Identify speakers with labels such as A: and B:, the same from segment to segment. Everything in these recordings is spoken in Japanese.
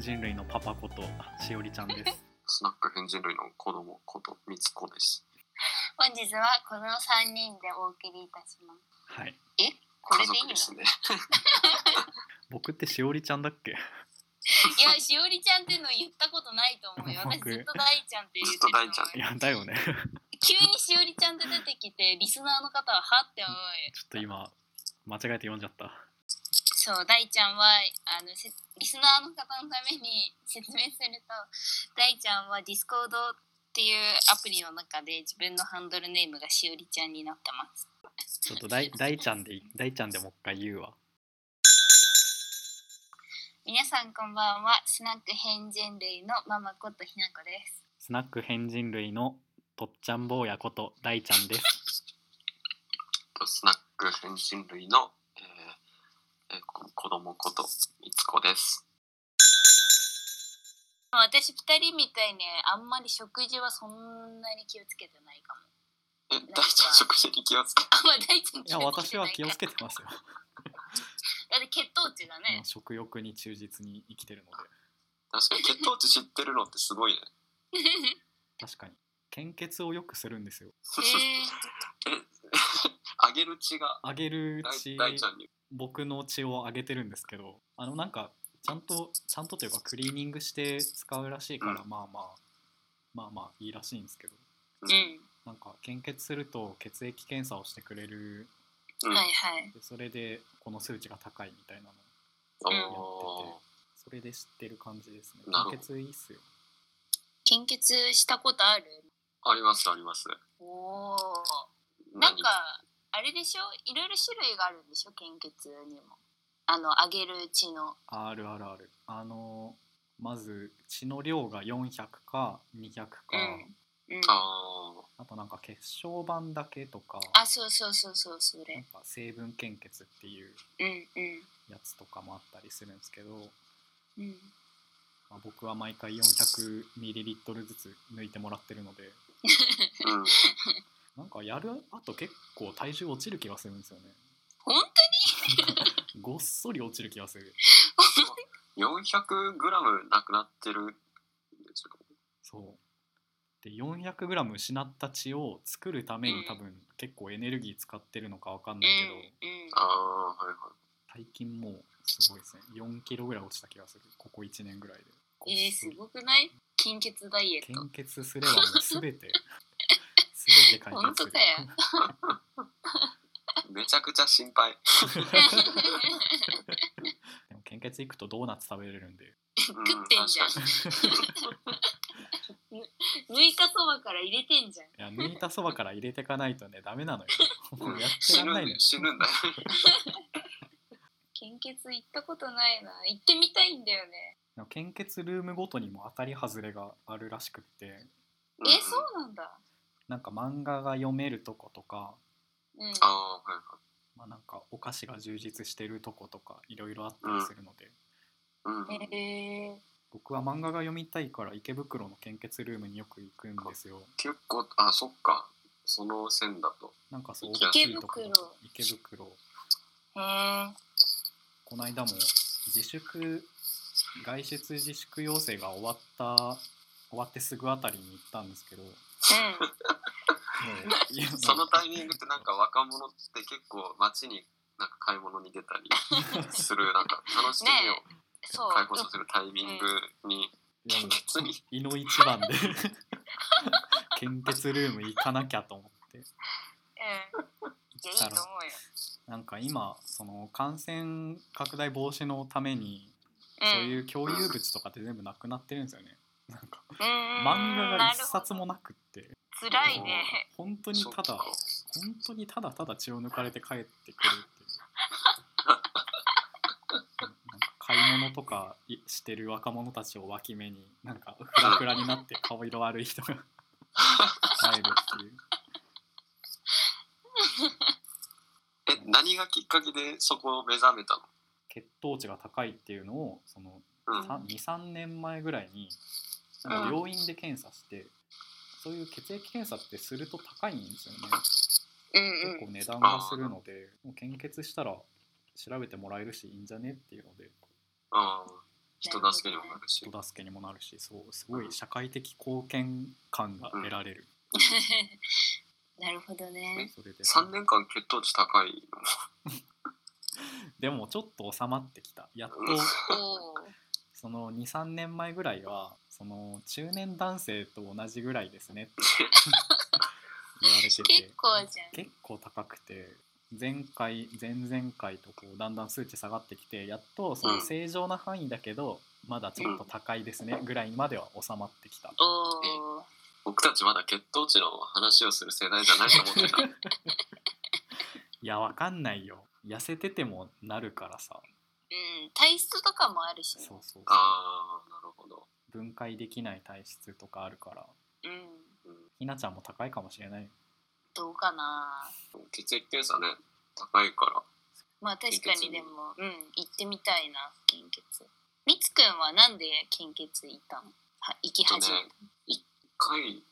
A: 人類のパパことしおりちゃんです
B: スナック変人類の子供ことみつこです。
C: 本日はこの三人でお送りいたします。
A: はい
C: こ
B: 家
C: れでいいの？い
B: 族ですね。
A: 僕ってしおりちゃんだっけ
C: や、しおりちゃんっていうの言ったことないと思うよ。私
A: 僕
C: ずっと大ちゃんって言ってると思うよ
B: ずっと大ちゃん
A: いやだよね ちょっ
C: 急にしおりちゃんって出てきて、リスナーの方ははって思うよ。
A: と今間違えて読んじゃった
C: そう、大ちゃんはあのせリスナーの方のために説明すると、大ちゃんはディスコードっていうアプリの中で自分のハンドルネームがしおりちゃんになってます。
A: ちょっと だい大ちゃんでい大ちゃんでもう一回言うわ
C: 皆さんこんばんは。スナック変人類のママことひなこです。
A: スナック変人類のとっちゃん坊やこと大ちゃんです
B: とスナック変人類の、えーえーこ子供ことみつこです。
C: 私2人みたいにあんまり食事はそんなに気をつけてないかも。
B: え、大ちゃん食事に気をつけて。
C: あんま大ちゃん
A: い
C: 気
A: や
C: をつけ
A: 私
C: てな
A: はい
C: か
A: 気をつけてます よ、
C: だって血糖値が
A: も
C: ね
A: う。食欲に忠実に生きてるので
B: 確かに血糖値知ってるのってすごいね。
A: 確かに献血をよくするんですよ
C: え
B: あげる血が
A: あげるう
B: 大
A: ち
B: 大ちゃんに。
A: 僕の血をあげてるんですけどあのなんかちゃんとちゃんとというかクリーニングして使うらしいから、
B: う
A: まあまあまあまあいいらしいんですけど
C: ー、
A: なんか献血すると血液検査をしてくれる
C: う
B: う
C: んん。はいはい。
A: でそれでこの数値が高いみたいなの
B: お
A: や
B: ー
A: それで知ってる感じですね
B: なるほど
A: 献血いいっすよ
C: 献血したことある
B: ありますあります。
C: おお。なんか、あれでしょいろいろ種類があるんでしょ献血にも。あの、あげるうちの。
A: あるあるあるあのまず血の量が400か200か、
C: うん。うん、
B: 何あー
A: あとなんか血小板だけとか
C: あ、そうそうそうそう、そ
A: なん
C: れ。
A: か成分献血っていう
C: うんうん。
A: やつとかもあったりするんですけど、
C: うん、
A: まあ、僕は毎回 400ml ずつ抜いてもらってるので
B: うん。
A: なんかやるあと結構体重落ちる気がするんですよね
C: 本
A: ごっそり落ちる気がする
B: 400グラムなくなってる。
A: そうで 400g 失った血を作るため
C: う
A: に
C: ん
A: 多分結構エネルギー使ってるのかわかん
C: 当
A: ないけど、
C: にうんうん。
B: ああはいはい。
A: 最近もうすごいですね 4kg ぐらい落ちた気がするここ1年ぐらいでごっ
C: えー、
A: そ
C: す
A: り
C: ごくない献血ダイエット。
A: 献血すればもう 全て全て解
C: 本
A: 決す
C: 当
A: る
C: だよ。
B: めちゃくちゃ心配。
A: でも献血行くとドーナツ食べれるんで
B: 食
C: 食ってんじゃん。抜いたそばから入れてんじゃん。
A: いや抜いたそばから入れてかないとねダメなの よ
B: う
A: も
B: ん
A: うやって
B: 死
A: らん
B: ぬ
A: ないのよ
B: 死ぬんだよ。
C: 献血行ったことないな。行ってみたいんだよね。
A: でも献血ルームごとにも当たり外れがあるらしくって
B: ん
C: え、そうなんだ。
A: なんか漫画が読めるとことか、
C: うん。
B: ああはいはい。
A: まあ、なんかお菓子が充実してるとことかいろいろあったりするので、
B: うん、
C: へえ
A: 僕は漫画が読みたいから池袋の献血ルームによく行くんですよ
B: 結構あそっかその線だと
A: なんかそう
B: 池
A: 大きいとこ
C: 袋
A: 池袋
C: ー。へえ。
A: この間も自粛外出自粛要請が終わった終わってすぐあたりに行ったんですけどもういや
B: そのタイミングってなんか若者って結構街になんか買い物に出たりするなんか楽しみを
C: ねそう。
B: 解放させるタイミングに
A: いやもう
B: 別に
A: 胃の一番で献血ルーム行かなきゃと思って
C: うん。いや、いいと思うよ。
A: なんか今その感染拡大防止のために
C: ん
A: そういう共有物とかって全部なくなってるんですよねなんか
C: うーん
A: 漫画が一
C: なる
A: 冊もなくって
C: ほど辛いね。
A: 本当に
B: そった
A: だ
B: か
A: 本当にただただ血を抜かれて帰ってくるっていうなんか買い物とかいしてる若者たちを脇目になんかフラフラになって顔色悪い人が入るっていう
B: え何がきっかけでそこを目覚めたの
A: 血糖値が高いっていうのをその
B: うん
C: うん
A: 23年前ぐらいになんか病院で検査してそういう血液検査ってすると高いんですよね
C: うん
A: 結
C: うん。
A: 構値段がするのでもう献血したら調べてもらえるしいいんじゃねっていうので
B: あー人助けにもなるし。
A: 人助けにもなるしそうすごい社会的貢献感が得られる、
C: なるほど ね。
A: それで
B: 3年間血糖値高いのも
A: でもちょっと収まってきたやっと
B: うん
C: おお。
A: その23年前ぐらいはその中年男性と同じぐらいですねって言われてて
C: 結構じゃん。
A: 結構高くて前回前々回とこうだんだん数値下がってきてやっとその正常な範囲だけど、まだちょっと高いですねぐらいまでは収まってきた。
C: おお。
B: 僕たちまだ血糖値の話をする世代じゃないと思ってた。
A: いやわかんないよ痩せててもなるからさ
C: うん、体質とかもあるし、ね
A: そう。そうそう
B: ああ、なるほど。
A: 分解できない体質とかあるから
C: うん。
B: う
A: ひなちゃんも高いかもしれない
C: どうかな。
B: ん、血液検査ね、高いから。
C: まあ確かにでも、うん、行ってみたいな、献血。みつくんはなんで献血行ったのは行き
B: えっと
C: 始
B: ね
C: めた、
B: 1回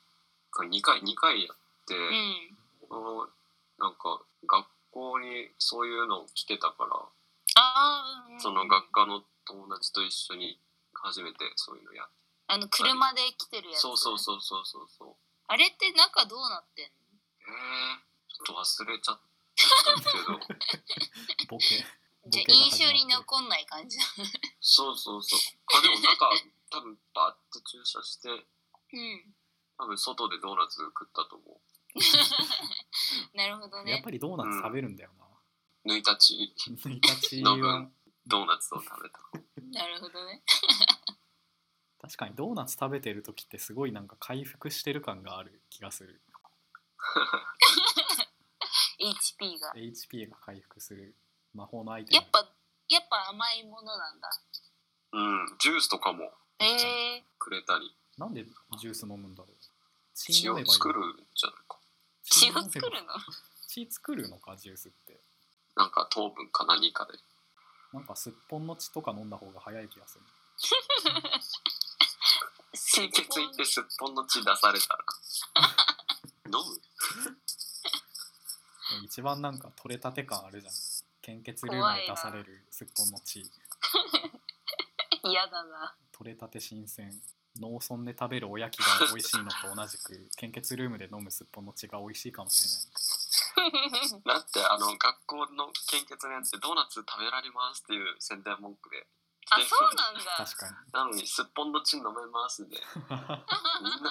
B: か2回、2回やって、
C: うん。
B: そのなんか学校にそういうの来てたから、
C: ああ、うんうん。
B: その学科の友達と一緒に初めてそういうのやっ
C: あの、車で来てるやつ。
B: そうそうそうそうそうそう。
C: あれって中どうなってんの
B: えー、ちょっと忘れちゃった けど、
A: ボ ケ
C: じゃあ
A: ボケが
C: 印
A: 始
C: 象
A: まってる
C: に残んない感じだ。
B: そうそうそう。あでもなんか多分バーッと注射して、
C: うん。
B: 多分外でドーナツ食ったと思う。
C: なるほど
A: やっ
C: ね。
A: ぱりドーナツ食べるんだよ
B: 抜いたち
A: な、1日
B: 多
A: は
B: 分ドーナツを食べた。
C: なるほどね。
A: 確かにドーナツ食べてる時ってすごいなんか回復してる感がある気がする
C: HP が。
A: HP が回復する魔法のアイテム
C: やっぱ、やっぱ甘いものなんだ。
B: うん、ジュースとかも
C: え
A: 確かに
C: え
B: くれたり、
A: なんでジュース飲むんだろう血
B: 血
A: 飲めば
B: を
A: いい
B: 作るんじゃないか。
C: 血を作るの
A: 血作るのかジュースって
B: なんか糖分か何かで。
A: なんかすっぽんの血とか飲んだ方が早い気がする
B: 献血行 ってすっぽんの血出され たら。飲む
A: 一番なんか取れたて感あるじゃん献血ルームで出されるすっぽんの血
C: 嫌だな。
A: 取れたて新鮮農村で食べるおやきが美味しいのと同じく献血ルームで飲むすっぽんの血が美味しいかもしれない
B: だってあの学校の献血のやつでドーナツ食べられますっていう宣伝文句で
C: あ、そうなんだ。
A: 確かに
B: なのにすっぽんの血飲めますんでみんな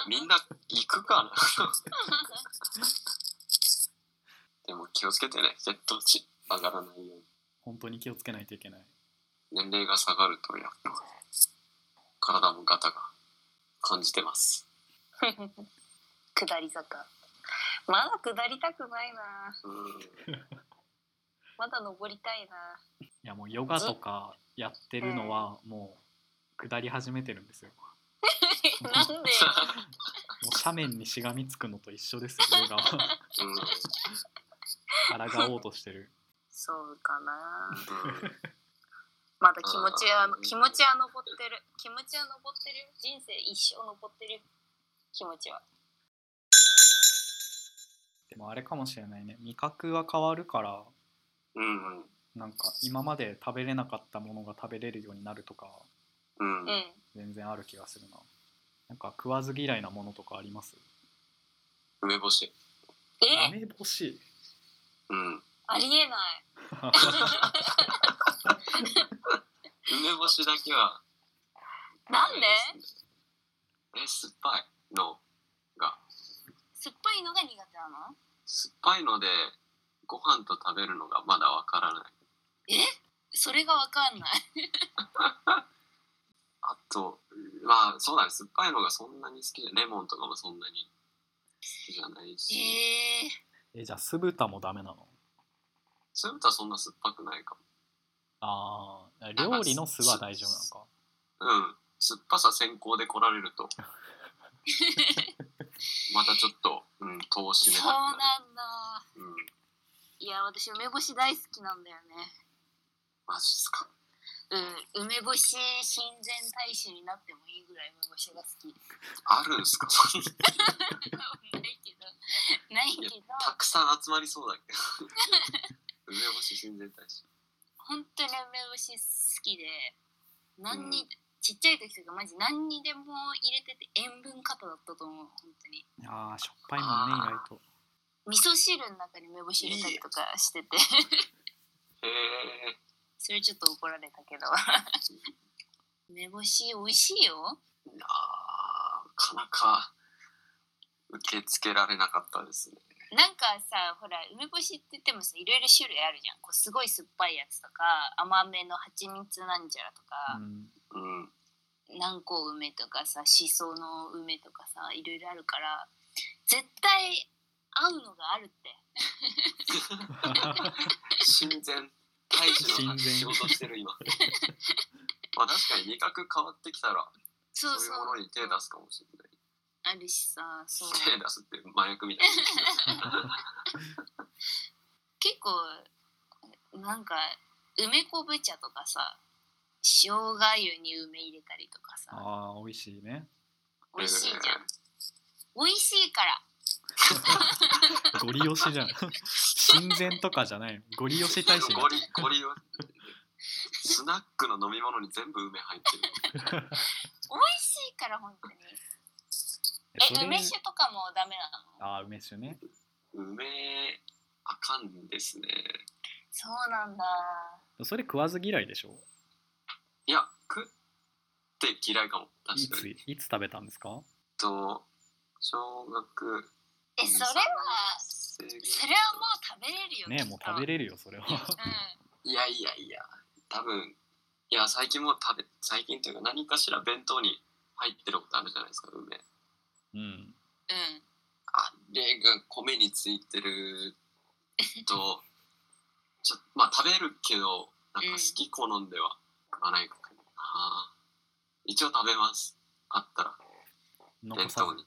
C: みん
B: みんな行く かなでも気をつけてね血糖値上がらないように
A: 本当に気をつけないといけない
B: 年齢が下がるとやっぱ体もガタが感じてます
C: な下り坂。まだ下りたくないな。
B: うん
C: まだ登りたいな。
A: いやもうヨガとかやってるのはもう下り始めてるんですよ
C: なんでよ。
A: もう斜面にしがみつくのと一緒ですよヨガは
B: うん
A: 抗おうとしてる
C: そうかな。
B: うん
C: まだ気持ちは
B: あー
C: 気持ちは登ってる気持ちは登ってる人生一生登ってる気持ちは
A: でもあれかもしれないね味覚は変わるから
B: うん
A: なんか今まで食べれなかったものが食べれるようになるとか
B: うん
C: う
B: うんん
A: 全然ある気がするななんか食わず嫌いなものとかあります
B: 梅干し
C: え
A: 梅干し
B: うん
C: ありえない
B: 梅干しだけは
C: なんで
B: え酸っぱいのが
C: 酸っぱいのが苦手なの
B: 酸っぱいのでご飯と食べるのがまだわからない
C: それがわかんない
B: あとまあそうだね酸っぱいのがそんなに好きじゃレモンとかもそんなに好きじゃないし
C: え
A: えじゃあ酢豚もダメなの
B: 酢豚はそんな酸っぱくないか
A: あー料理の酢は大丈夫なのか
B: もうん酸っぱさ先行で来られ るとまたちょっと、うん、戸を
C: ー、
B: 閉め
C: そ
B: た
C: う
B: く
C: な
B: な
C: ん
B: る
C: だ
B: うん
C: いや私梅干し大好きなんだよね
B: マジっすか
C: うん梅干し親善大使になってもいいぐらい梅干しが好き
B: あるんすか
C: ないけどないけど
B: たくさん集まりそうだけど梅干し親善大使
C: 本当に梅干し好きで何に、ちっちゃい時とかマジ何にでも入れてて塩分過多だったと思う本当に
A: ああしょっぱいもんね意外と
C: 味噌汁の中に梅干し入れたりとか してて
B: へえ。
C: それちょっと怒られたけ ど梅干し美味しいよ
B: いやーなかなか受け付けられなかったですね。
C: なんかさほら梅干しって言ってもさいろいろ種類あるじゃんこうすごい酸っぱいやつとか甘めの蜂蜜なんじゃらと
A: う
C: か、
A: ん
B: うん。
C: 南高梅とかさしその梅とかさいろいろあるから絶対合うのがあるって
B: 親善大使の仕事してる今。 まあ確かに味覚変わってきたら
C: そう
B: そう
C: そう
B: いうものに手出すかもしれない。
C: あるしさ そう
B: 手出すって麻薬みたいな。
C: 結構なんか梅昆布茶とかさ生姜湯に梅入れたりとかさ
A: ああ美味しいね
C: 美味しいじゃん美味しいから
A: ゴリ押しじゃん親善とかじゃないゴリ押し大使
B: ゴリゴリをスナックの飲み物に全部梅入ってる。
C: 美味しいから本当に
A: えそ
C: え
A: れ
C: 梅酒とかもダメなの
A: ああ梅酒ね
B: 梅あかんですね。
C: そうなんだ
A: それ食わず嫌いでしょ
B: いや食って嫌いかも
A: い
B: 確か
A: つ
B: に。
A: いつ食べたんですか
B: と小学
C: えそれは
B: 生ぐらい
C: それはもう食べれるよ
A: ねもう食
C: れる
A: べれるよそれは
C: う
B: いやいやいや、多分いや、最近もう食べ、最近というか何かしら弁当に入ってることあるじゃないですか、梅。
A: うん
C: んうん
B: あれが米についてると、 ちょまあ食べるけど、なんか好き好んでは食わないかな。一応食べます。あったら、弁
A: 残さ
B: 当
A: ず
B: に。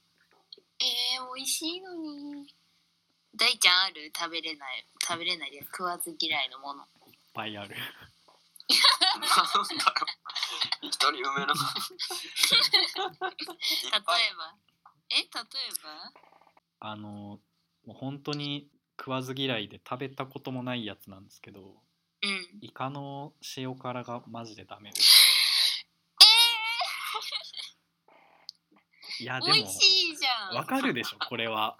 C: えー、美味しいのに大ちゃんある食べれない食べれないで食わず嫌いのもの
A: いっぱいある
B: なんだろう。 一人梅の。いっ
C: 例え
B: ぱい。
C: ばえ例えば
A: あのもう本当に食わず嫌いで食べたこともないやつなんですけど
C: うん
A: イカの塩辛がマジでダメですいやで
C: 美味
A: も
C: しいじゃん
A: わ
C: わか
A: かるでしょこれは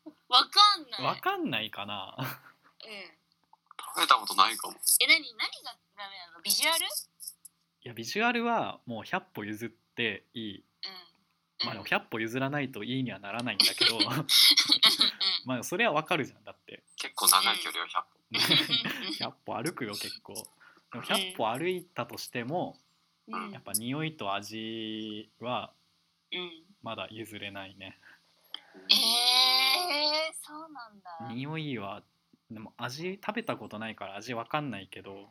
C: んない
A: わかんないかな
C: うん、え
B: 食べたことないかも。
C: 何何がダメなのビジュアル
A: いやビジュアルはもう100歩譲っていい
C: うんう
A: まあで
C: ん
A: も100歩譲らないといいにはならないんだ けどまあそれはわかるじゃんだって
B: 結構長い距離を100歩。
A: 100歩歩くよ結構でも100歩歩いたとしても
C: うん うん
A: やっぱ匂いと味は
C: うん
A: まだ譲れないね
C: えー、そうなんだ
A: 匂いはでも味食べたことないから味わかんないけど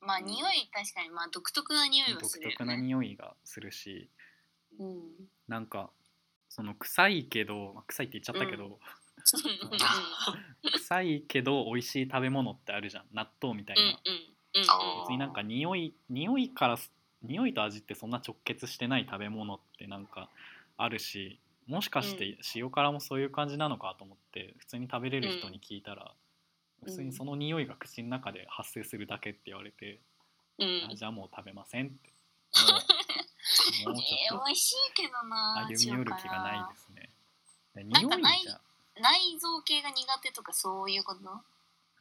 C: まあ匂い確かにまあ独特な匂いはする
A: 独
C: よね
A: 特な匂いがするし
C: うん
A: なんかその臭いけどまあ臭いって言っちゃったけど、臭いけど美味しい食べ物ってあるじゃん納豆みたいな、
C: うんうんうん
B: あー
A: 別になんか匂い匂いからす匂いと味ってそんな直結してない食べ物ってなんかあるしもしかして塩辛もそういう感じなのかと思って普通に食べれる人に聞いたら、
C: ん
A: 普通にその匂いが口の中で発生するだけって言われて、
C: うんうん
A: あじゃあもう食べませ んってもうもうち
C: え
A: ょ
C: ー
A: っと
C: 美味しいけどな
A: 歩み寄る気がない
C: す
A: ですねで
C: なん
A: 匂
C: かない
A: いじゃ
C: 内臓系が苦手とかそういうこと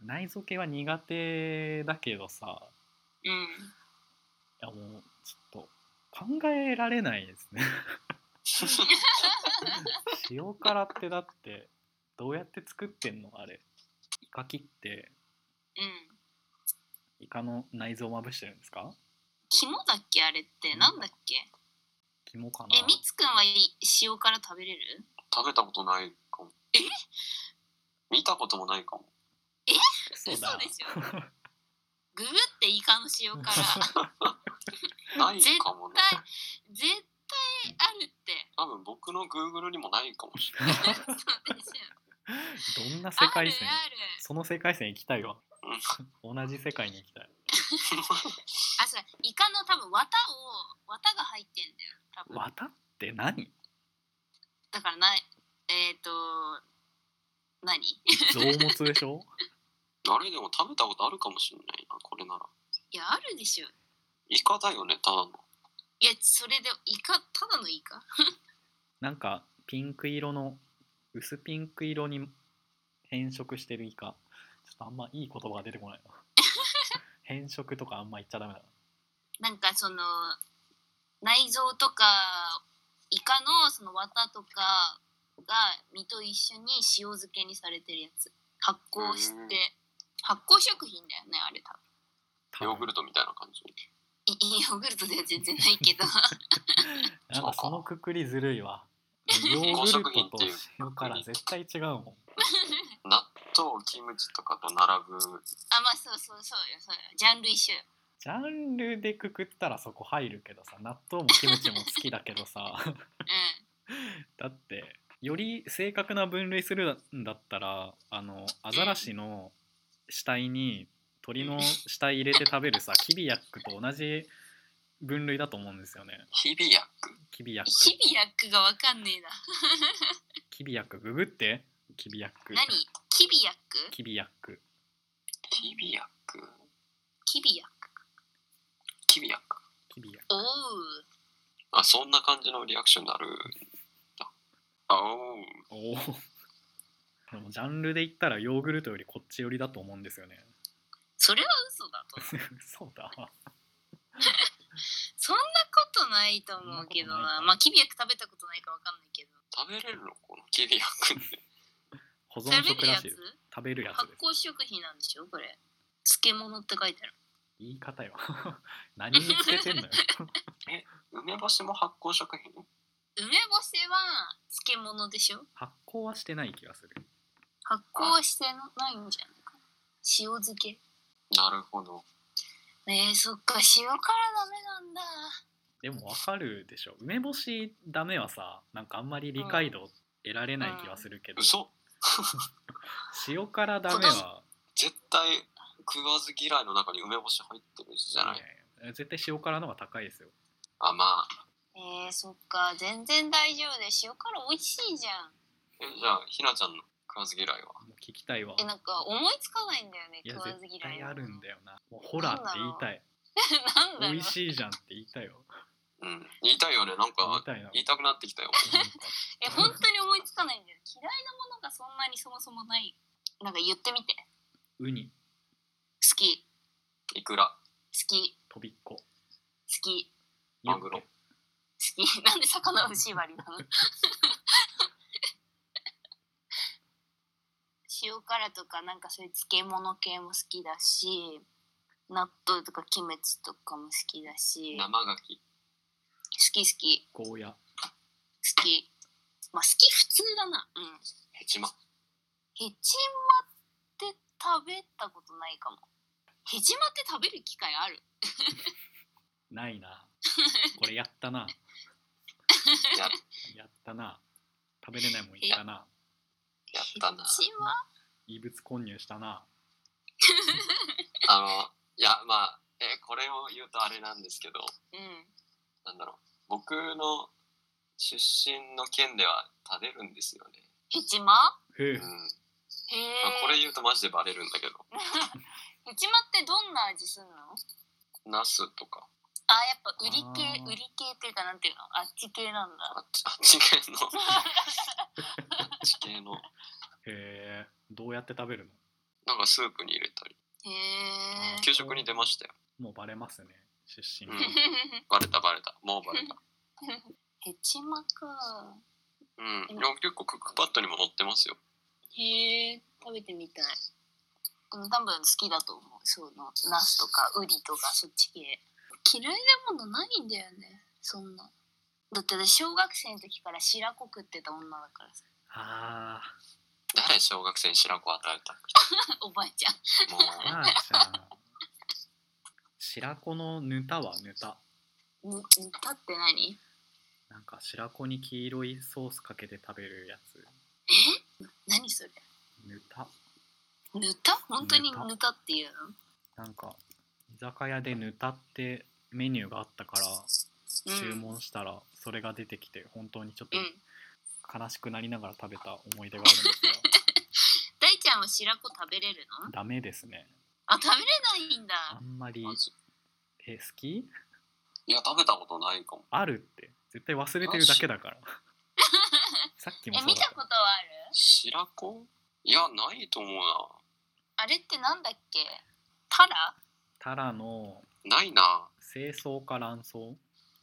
A: 内臓系は苦手だけどさ
C: うん
A: いやもうちょっと考えられないです ね塩辛ってだってどうやって作ってんのあれイカ切って
C: うん
A: イカの内臓をまぶしてるんですか
C: 肝だっけあれってなんだっけ
A: 肝かな
C: えみつくんはい塩辛食べれる
B: 食べたことないかも。
C: え
B: 見たこともないかも。
A: そうだ
C: でしょググってイカの塩 辛
B: ないかもね。
C: 絶対あるって
B: 多分僕の Google にもないかもしれない。
C: そうでしょ
A: どんな世
C: ある
A: 界線
C: ある
A: その世界線行きたいわ同じ世界に行きたい
C: あそうイカの多分綿を綿が入ってんだよ多分
A: 綿っ て何
C: だからなえっ、と何 い
A: 臓物でしょ
B: あれでも食べたことあるかもしれないな、これなら。
C: やあるでしょ
B: イカだよね、ただの。
C: いやそれでイカただのイカ
A: なんかピンク色の薄ピンク色に変色してるイカちょっとあんまいい言葉が出てこないな 変色とかあんま言っちゃダメだな
C: なんかその内臓とかイカのその綿とかが身と一緒に塩漬けにされてるやつ発酵して
B: うん
C: 発酵食品だよねあれ多分
A: 多分
B: ヨーグルトみたいな感じ。
C: いいいヨーグルトでは全然ないけど
A: なんかそのくくりずるいわヨーグルトと塩辛絶対違うもん
B: 納豆、キムチとかと並ぶ。
C: あまあそうそうそうよそうよジャンル一緒よ
A: ジャンルでくくったらそこ入るけどさ納豆もキムチも好きだけどさ
C: うん
A: だってより正確な分類するんだったらあのアザラシの死体に鳥の死体入れて食べるさキビヤックと同じ分類だと思うんですよね
B: 日々薬。
A: キビヤック
C: 日々薬がわかんねえな
A: キビヤックググってキビヤック
C: 何キビ薬
A: キビヤック
B: 日々薬。
C: キビ薬
B: 日々薬。
A: キビヤッ
C: お
A: ク
C: う
B: あ、そんな感じのリアクションになるんだ。あおう。
A: おーでもジャンルで言ったらヨーグルトよりこっち寄りだと思うんですよね
C: それは嘘だと
A: そうだ
C: そんなことないと思うけど
A: そんなことない
C: な
A: か
C: まあキビ薬食べたことないかわかんないけど
B: 食べれるのこの日々薬って。
A: 保
C: 食
A: 存
C: べ
A: 食
C: る
A: ら
C: や
A: しい
C: つ
A: です食べるやつ
C: 発
A: です
C: 酵食品なんでしょこれ漬物って書いてある
A: 言い方よ 何につけてん のよ
B: 梅干しも発酵食品
C: 梅干しは漬物でしょ
A: 発酵はしてない気がする
C: 発酵はしてないんじゃないかな塩漬け
B: なるほど。
C: えー、そっか塩辛ダメなんだ
A: でもわかるでしょ梅干しダメはさなんかあんまり理解度得られない気はするけど、
B: 嘘
A: 塩辛ダメは
B: 絶対食わず嫌いの中に梅干し入ってるじゃない。
A: いやいや絶対塩辛の方が高いですよ
B: あ、まあ。
C: えー、そっか全然大丈夫で塩辛美味しいじゃん
B: えじゃあ、ひなちゃんの食わず嫌いは
A: もう聞きたいわ
C: えなんか思いつかないんだよね
A: いや
C: 食わず
A: 絶
C: 嫌い
A: 対
C: な
A: あるんだよなもうホラーって言いたい
C: なんだろう
A: 美味しいじゃんって言いたいよ
B: うん。言いたいよね。なん
A: 言い
B: か、
A: たいな
B: 言いたくなってきたよ。
A: なんか
C: え本当に思いつかないんだよ嫌いなものがそんなにそもそもないなんか言ってみて好
A: ウニ
C: き
B: いくら。
C: 好き
A: とびっこ
C: 好き
B: マグロ
C: 好き なんで魚の縛りなの 塩辛とかなんかそういう漬物系も好きだし納豆とかキムチとかも好きだし好
B: 生ガキ。
C: き好き
A: ゴーヤ
C: 好きまあ好き普通だなうん
B: ヘチマ。
C: ヘチマって食べたことないかもヘチマって食べる機会ある
A: ないなこれやったな
B: や
A: やったな食べれないもんいったな
B: やったな
C: ヘ。チマ
A: 異物混入したな
B: あの、いや、まあ、え、これを言うとあれなんですけど、
C: うん
B: なんだろう。僕の出身の県では食べるんですよね。
C: ヘチマ
A: ふう
B: う
C: へ
B: ん。ま
C: え
B: あ、これ言うとマジでバレるんだけど。
C: ヘチマってどんな味すんのあ
B: ナスとか、
C: やっぱ売り系
A: あー
C: 売り系っていうかなんていうのあっち系なんだ
B: あっち、あっち系の。あっち系の。
A: へえどうやって食べるの
B: なんかスープに入れたり。
C: へ
A: あ
C: え
A: ー
B: 給食に出ましたよ。
A: もうバレますね出身
B: うんバレたバレた。もうバレた。
C: ヘチマか
B: うん。いや結構クックパッドにも載ってますよ。
C: へえ食べてみたいうん多分好きだと思うそうのナスとかウリとかそっち系嫌いなものないんだよねそんなだって私小学生の時から白子食ってた女だからさ
A: あ
B: 誰小学生に白子与えた
C: おばあちゃん
B: も
A: ー
B: う
A: まあちゃん白子のぬたはぬた
C: ぬぬたって何
A: なんか白子に黄色いソースかけて食べるやつ
C: 何それ
A: ぬた
C: ぬた本当に
A: ぬた
C: ぬたっていう
A: なんか居酒屋でぬたってメニューがあったから
C: の
A: 注文したらそれが出てきて本当にちょっ
C: う
A: と
C: ん、うん、
A: 悲しくなりながら食べた思い出があるんです
C: 大ちゃんは白子食べれる
A: が
C: の
A: ダメですね
C: あ食べれないんだ
A: あんまり
B: マジ
A: え好き
B: いや、食べたことないかも。
A: あるって絶対忘れてるだけだからさっきも
C: え
A: そ
C: 見
A: うだ
C: た
A: った
C: ことはある
B: 白子いや、ないと思う
C: あれってなんだっけタラ
A: タラの
B: な。ないな。
A: 清掃か卵巣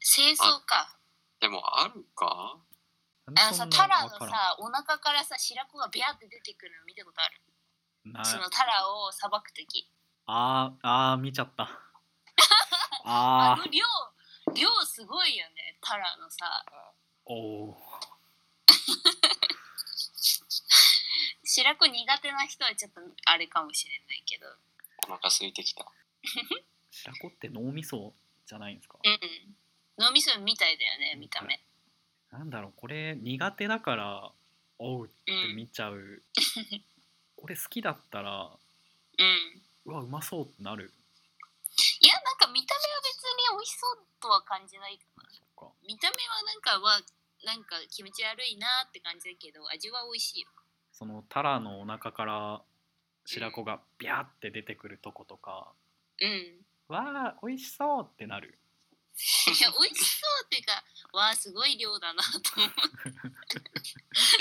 C: 清掃か
B: でも、あるか
A: な
C: あの
A: ん
C: さ
A: でそんな
C: タラ
A: わ
C: の
A: からん
C: さお腹からさ白子がビャーって出てくるの見たことある
A: な
C: そのタラをさばくとき
A: あーあー見ちゃった
C: あ
A: あ
C: の
A: ー
C: 量量すごいよねタラのさ
A: おお
C: 白子苦手な人はちょっとあれかもしれないけど
B: お腹空いてきた。
A: 白子って脳みそじゃないんですか
C: うん脳みそみたいだよね見た目
A: なんだろうこれ苦手だからおうっ
C: う
A: て
C: ん
A: 見ちゃう、 これ好きだったら
C: うん
A: うわうまそうってなる
C: いやなんか見た目は別に美味しそうとは感じないかな
A: そっか
C: 見た目はなんかはなんか気持ち悪いなって感じだけど味は美味しいよ
A: そのタラのお腹から白子がビャーって出てくるとことか
C: うん
A: わあ美味しそうってなる
C: いや美味しそうっていうかわあすごい量だなと思う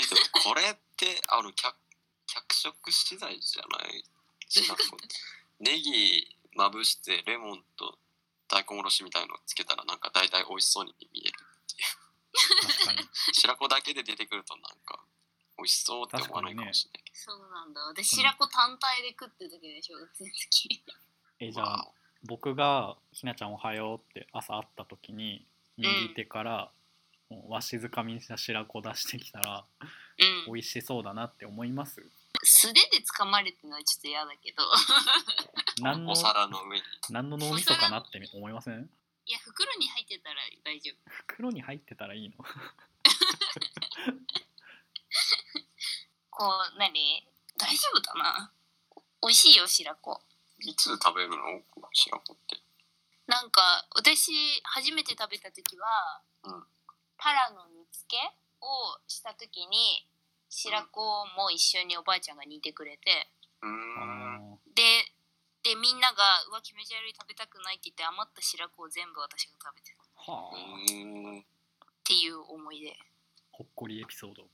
B: えでもこれってあの客客食資材じゃない 白子ネギまぶしてレモンと大根おろしみたいのつけたらなんか大体美味しそうに見える
A: 確かに
B: 白子だけで出てくるとなんか美味しそうって思わないかもしれないけ
C: そうなんだ私白子単体で食ってる時でしょ学生の時
A: えじ
B: ど、
A: ゃあ僕がひなちゃんおはようって朝会った時に右手からもうわしづかみにした白子出してきたら
C: うん
A: 美味しそうだなって思います
C: 素手で掴まれてるのはちょっと嫌だけど
A: 何
B: お
A: の
B: 皿の上に
A: 何の脳みそかなって思いません
C: いや袋に入ってたら大丈夫
A: 袋に入ってたらいいの
C: こう何大丈夫だな美味しいよ白子
B: いつ食べるの白子って
C: なんか私初めて食べた時は、
B: うん
C: タラの煮つけをした時に白子も一緒におばあちゃんが煮てくれて、
B: うーん
A: あ
C: ででみんなが「うわ気持ち悪い食べたくない」って言って余った白子を全部私が食べてたっ
A: ーはあ
B: うーんえ
C: ていう思い出
A: ほっこりエピソード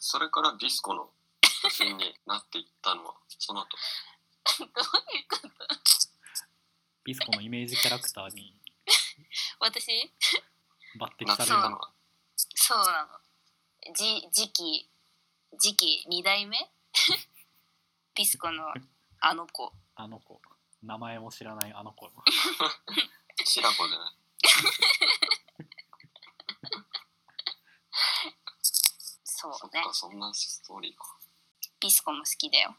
B: それからディスコの写真になっていったのはその後
C: どういうこと
A: ビスコのイメージキャラクターに
C: 私
A: 抜擢
B: なっ
A: さ
B: てい
A: れる
B: たの
A: の
B: は
C: そうなのじ次期次期2代目 ピスコのあの子
A: あの子名前も知らないあの 子
B: 白子じゃない
C: そ
B: そっ
C: うね
B: かそんなストーリーか
C: ピスコも好きだよ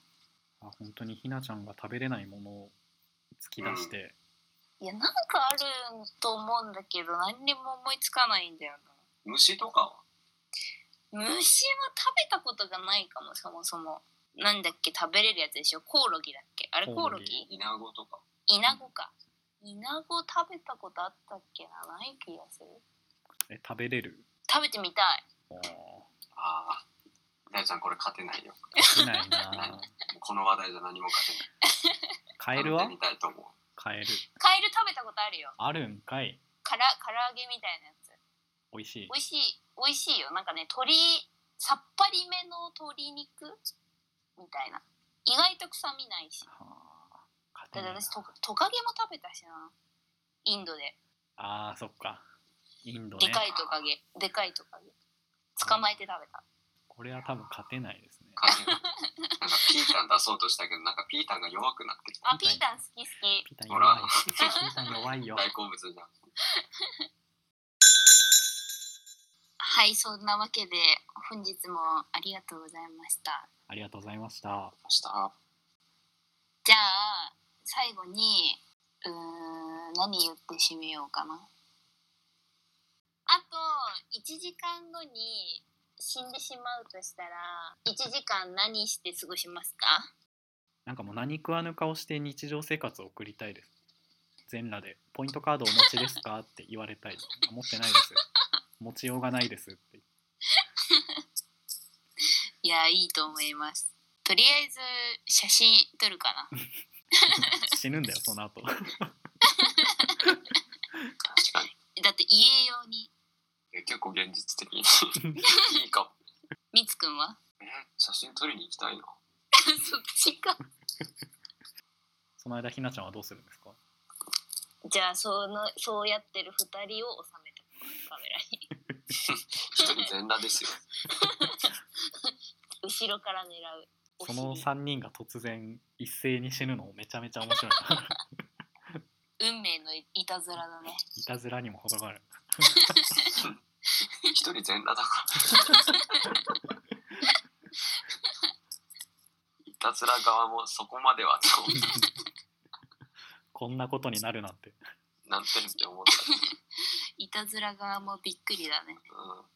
A: あ本当にひなちゃんが食べれないものを突き出して、
C: いやなんかあると思うんだけど何にも思いつかないんだよ
B: 虫とかは
C: な虫は食べたことがないかもそもそもなんだっけ食べれるやつでしょコオロギだっけあれコ
A: コオ
C: オ
A: ロ
C: ロ
A: ギ
C: ギ
B: イナゴとか
C: イナゴかイナゴ食べたことあったっけなない気がする
A: え食べれる
C: 食べてみたい
A: あ
B: ああ大ちゃんこれ勝てないよ
A: ー飽きないなぁ
B: この話題じゃ何も勝てない
A: カエルは
B: 食べてみたいと思う
A: カエル
C: カエル食べたことあるよ
A: あるんかい
C: から唐揚げみたいなやつ
A: 美味しい
C: 美味しい美味しいよなんかね鶏さっぱりめの鶏肉みたいな意外と臭みないし
A: はあ勝
C: だって
A: てないな
C: 私トトカゲも食べたしなインドで
A: あーそっかインドね
C: でかいトカゲでかいトカゲ捕まえて食べた
A: これは多分勝てないですね
B: カエル なんかピータン出そうとしたけどなんかピータンが弱くなってきた
C: あピータン好き好き
A: ピータン
B: ほ
A: 弱
B: ら
A: いピータン弱いよ
B: 大好物じゃん
C: はいそんなわけで本日もありがとうございました
A: ありがとうございました
B: 明日
C: じゃあ最後にうーん何言って締めようかなあと1時間後に死んでしまうとしたら1時間何して過ごしますか
A: なんかもう何食わぬ顔して日常生活を送りたいです全裸で「ポイントカードお持ちですか?」って言われたいですあ持ってないです持ちようがないですって
C: いやいいと思いますとりあえず写真撮るかな
A: 死ぬんだよその後
C: だって家用に
B: え結構現実 的にいいかも
C: みつくんは
B: え写真撮りに行きたいな
C: そっちか
A: その間ひなちゃんはどうするんですか
C: じゃあそのそうやってる二人を収めてカメラに
B: 一人全裸ですよ
C: 後ろから狙うお
A: その
C: 尻
A: 3人が突然一斉に死ぬのめちゃめちゃ面白いな
C: 運命のいたずらだね
A: いたずらにも程がある
B: 一人全裸だから いたずら側もそこまではと
A: こんなことになるなんて
B: なんてって思った
C: いたずら側もびっくりだね
B: うん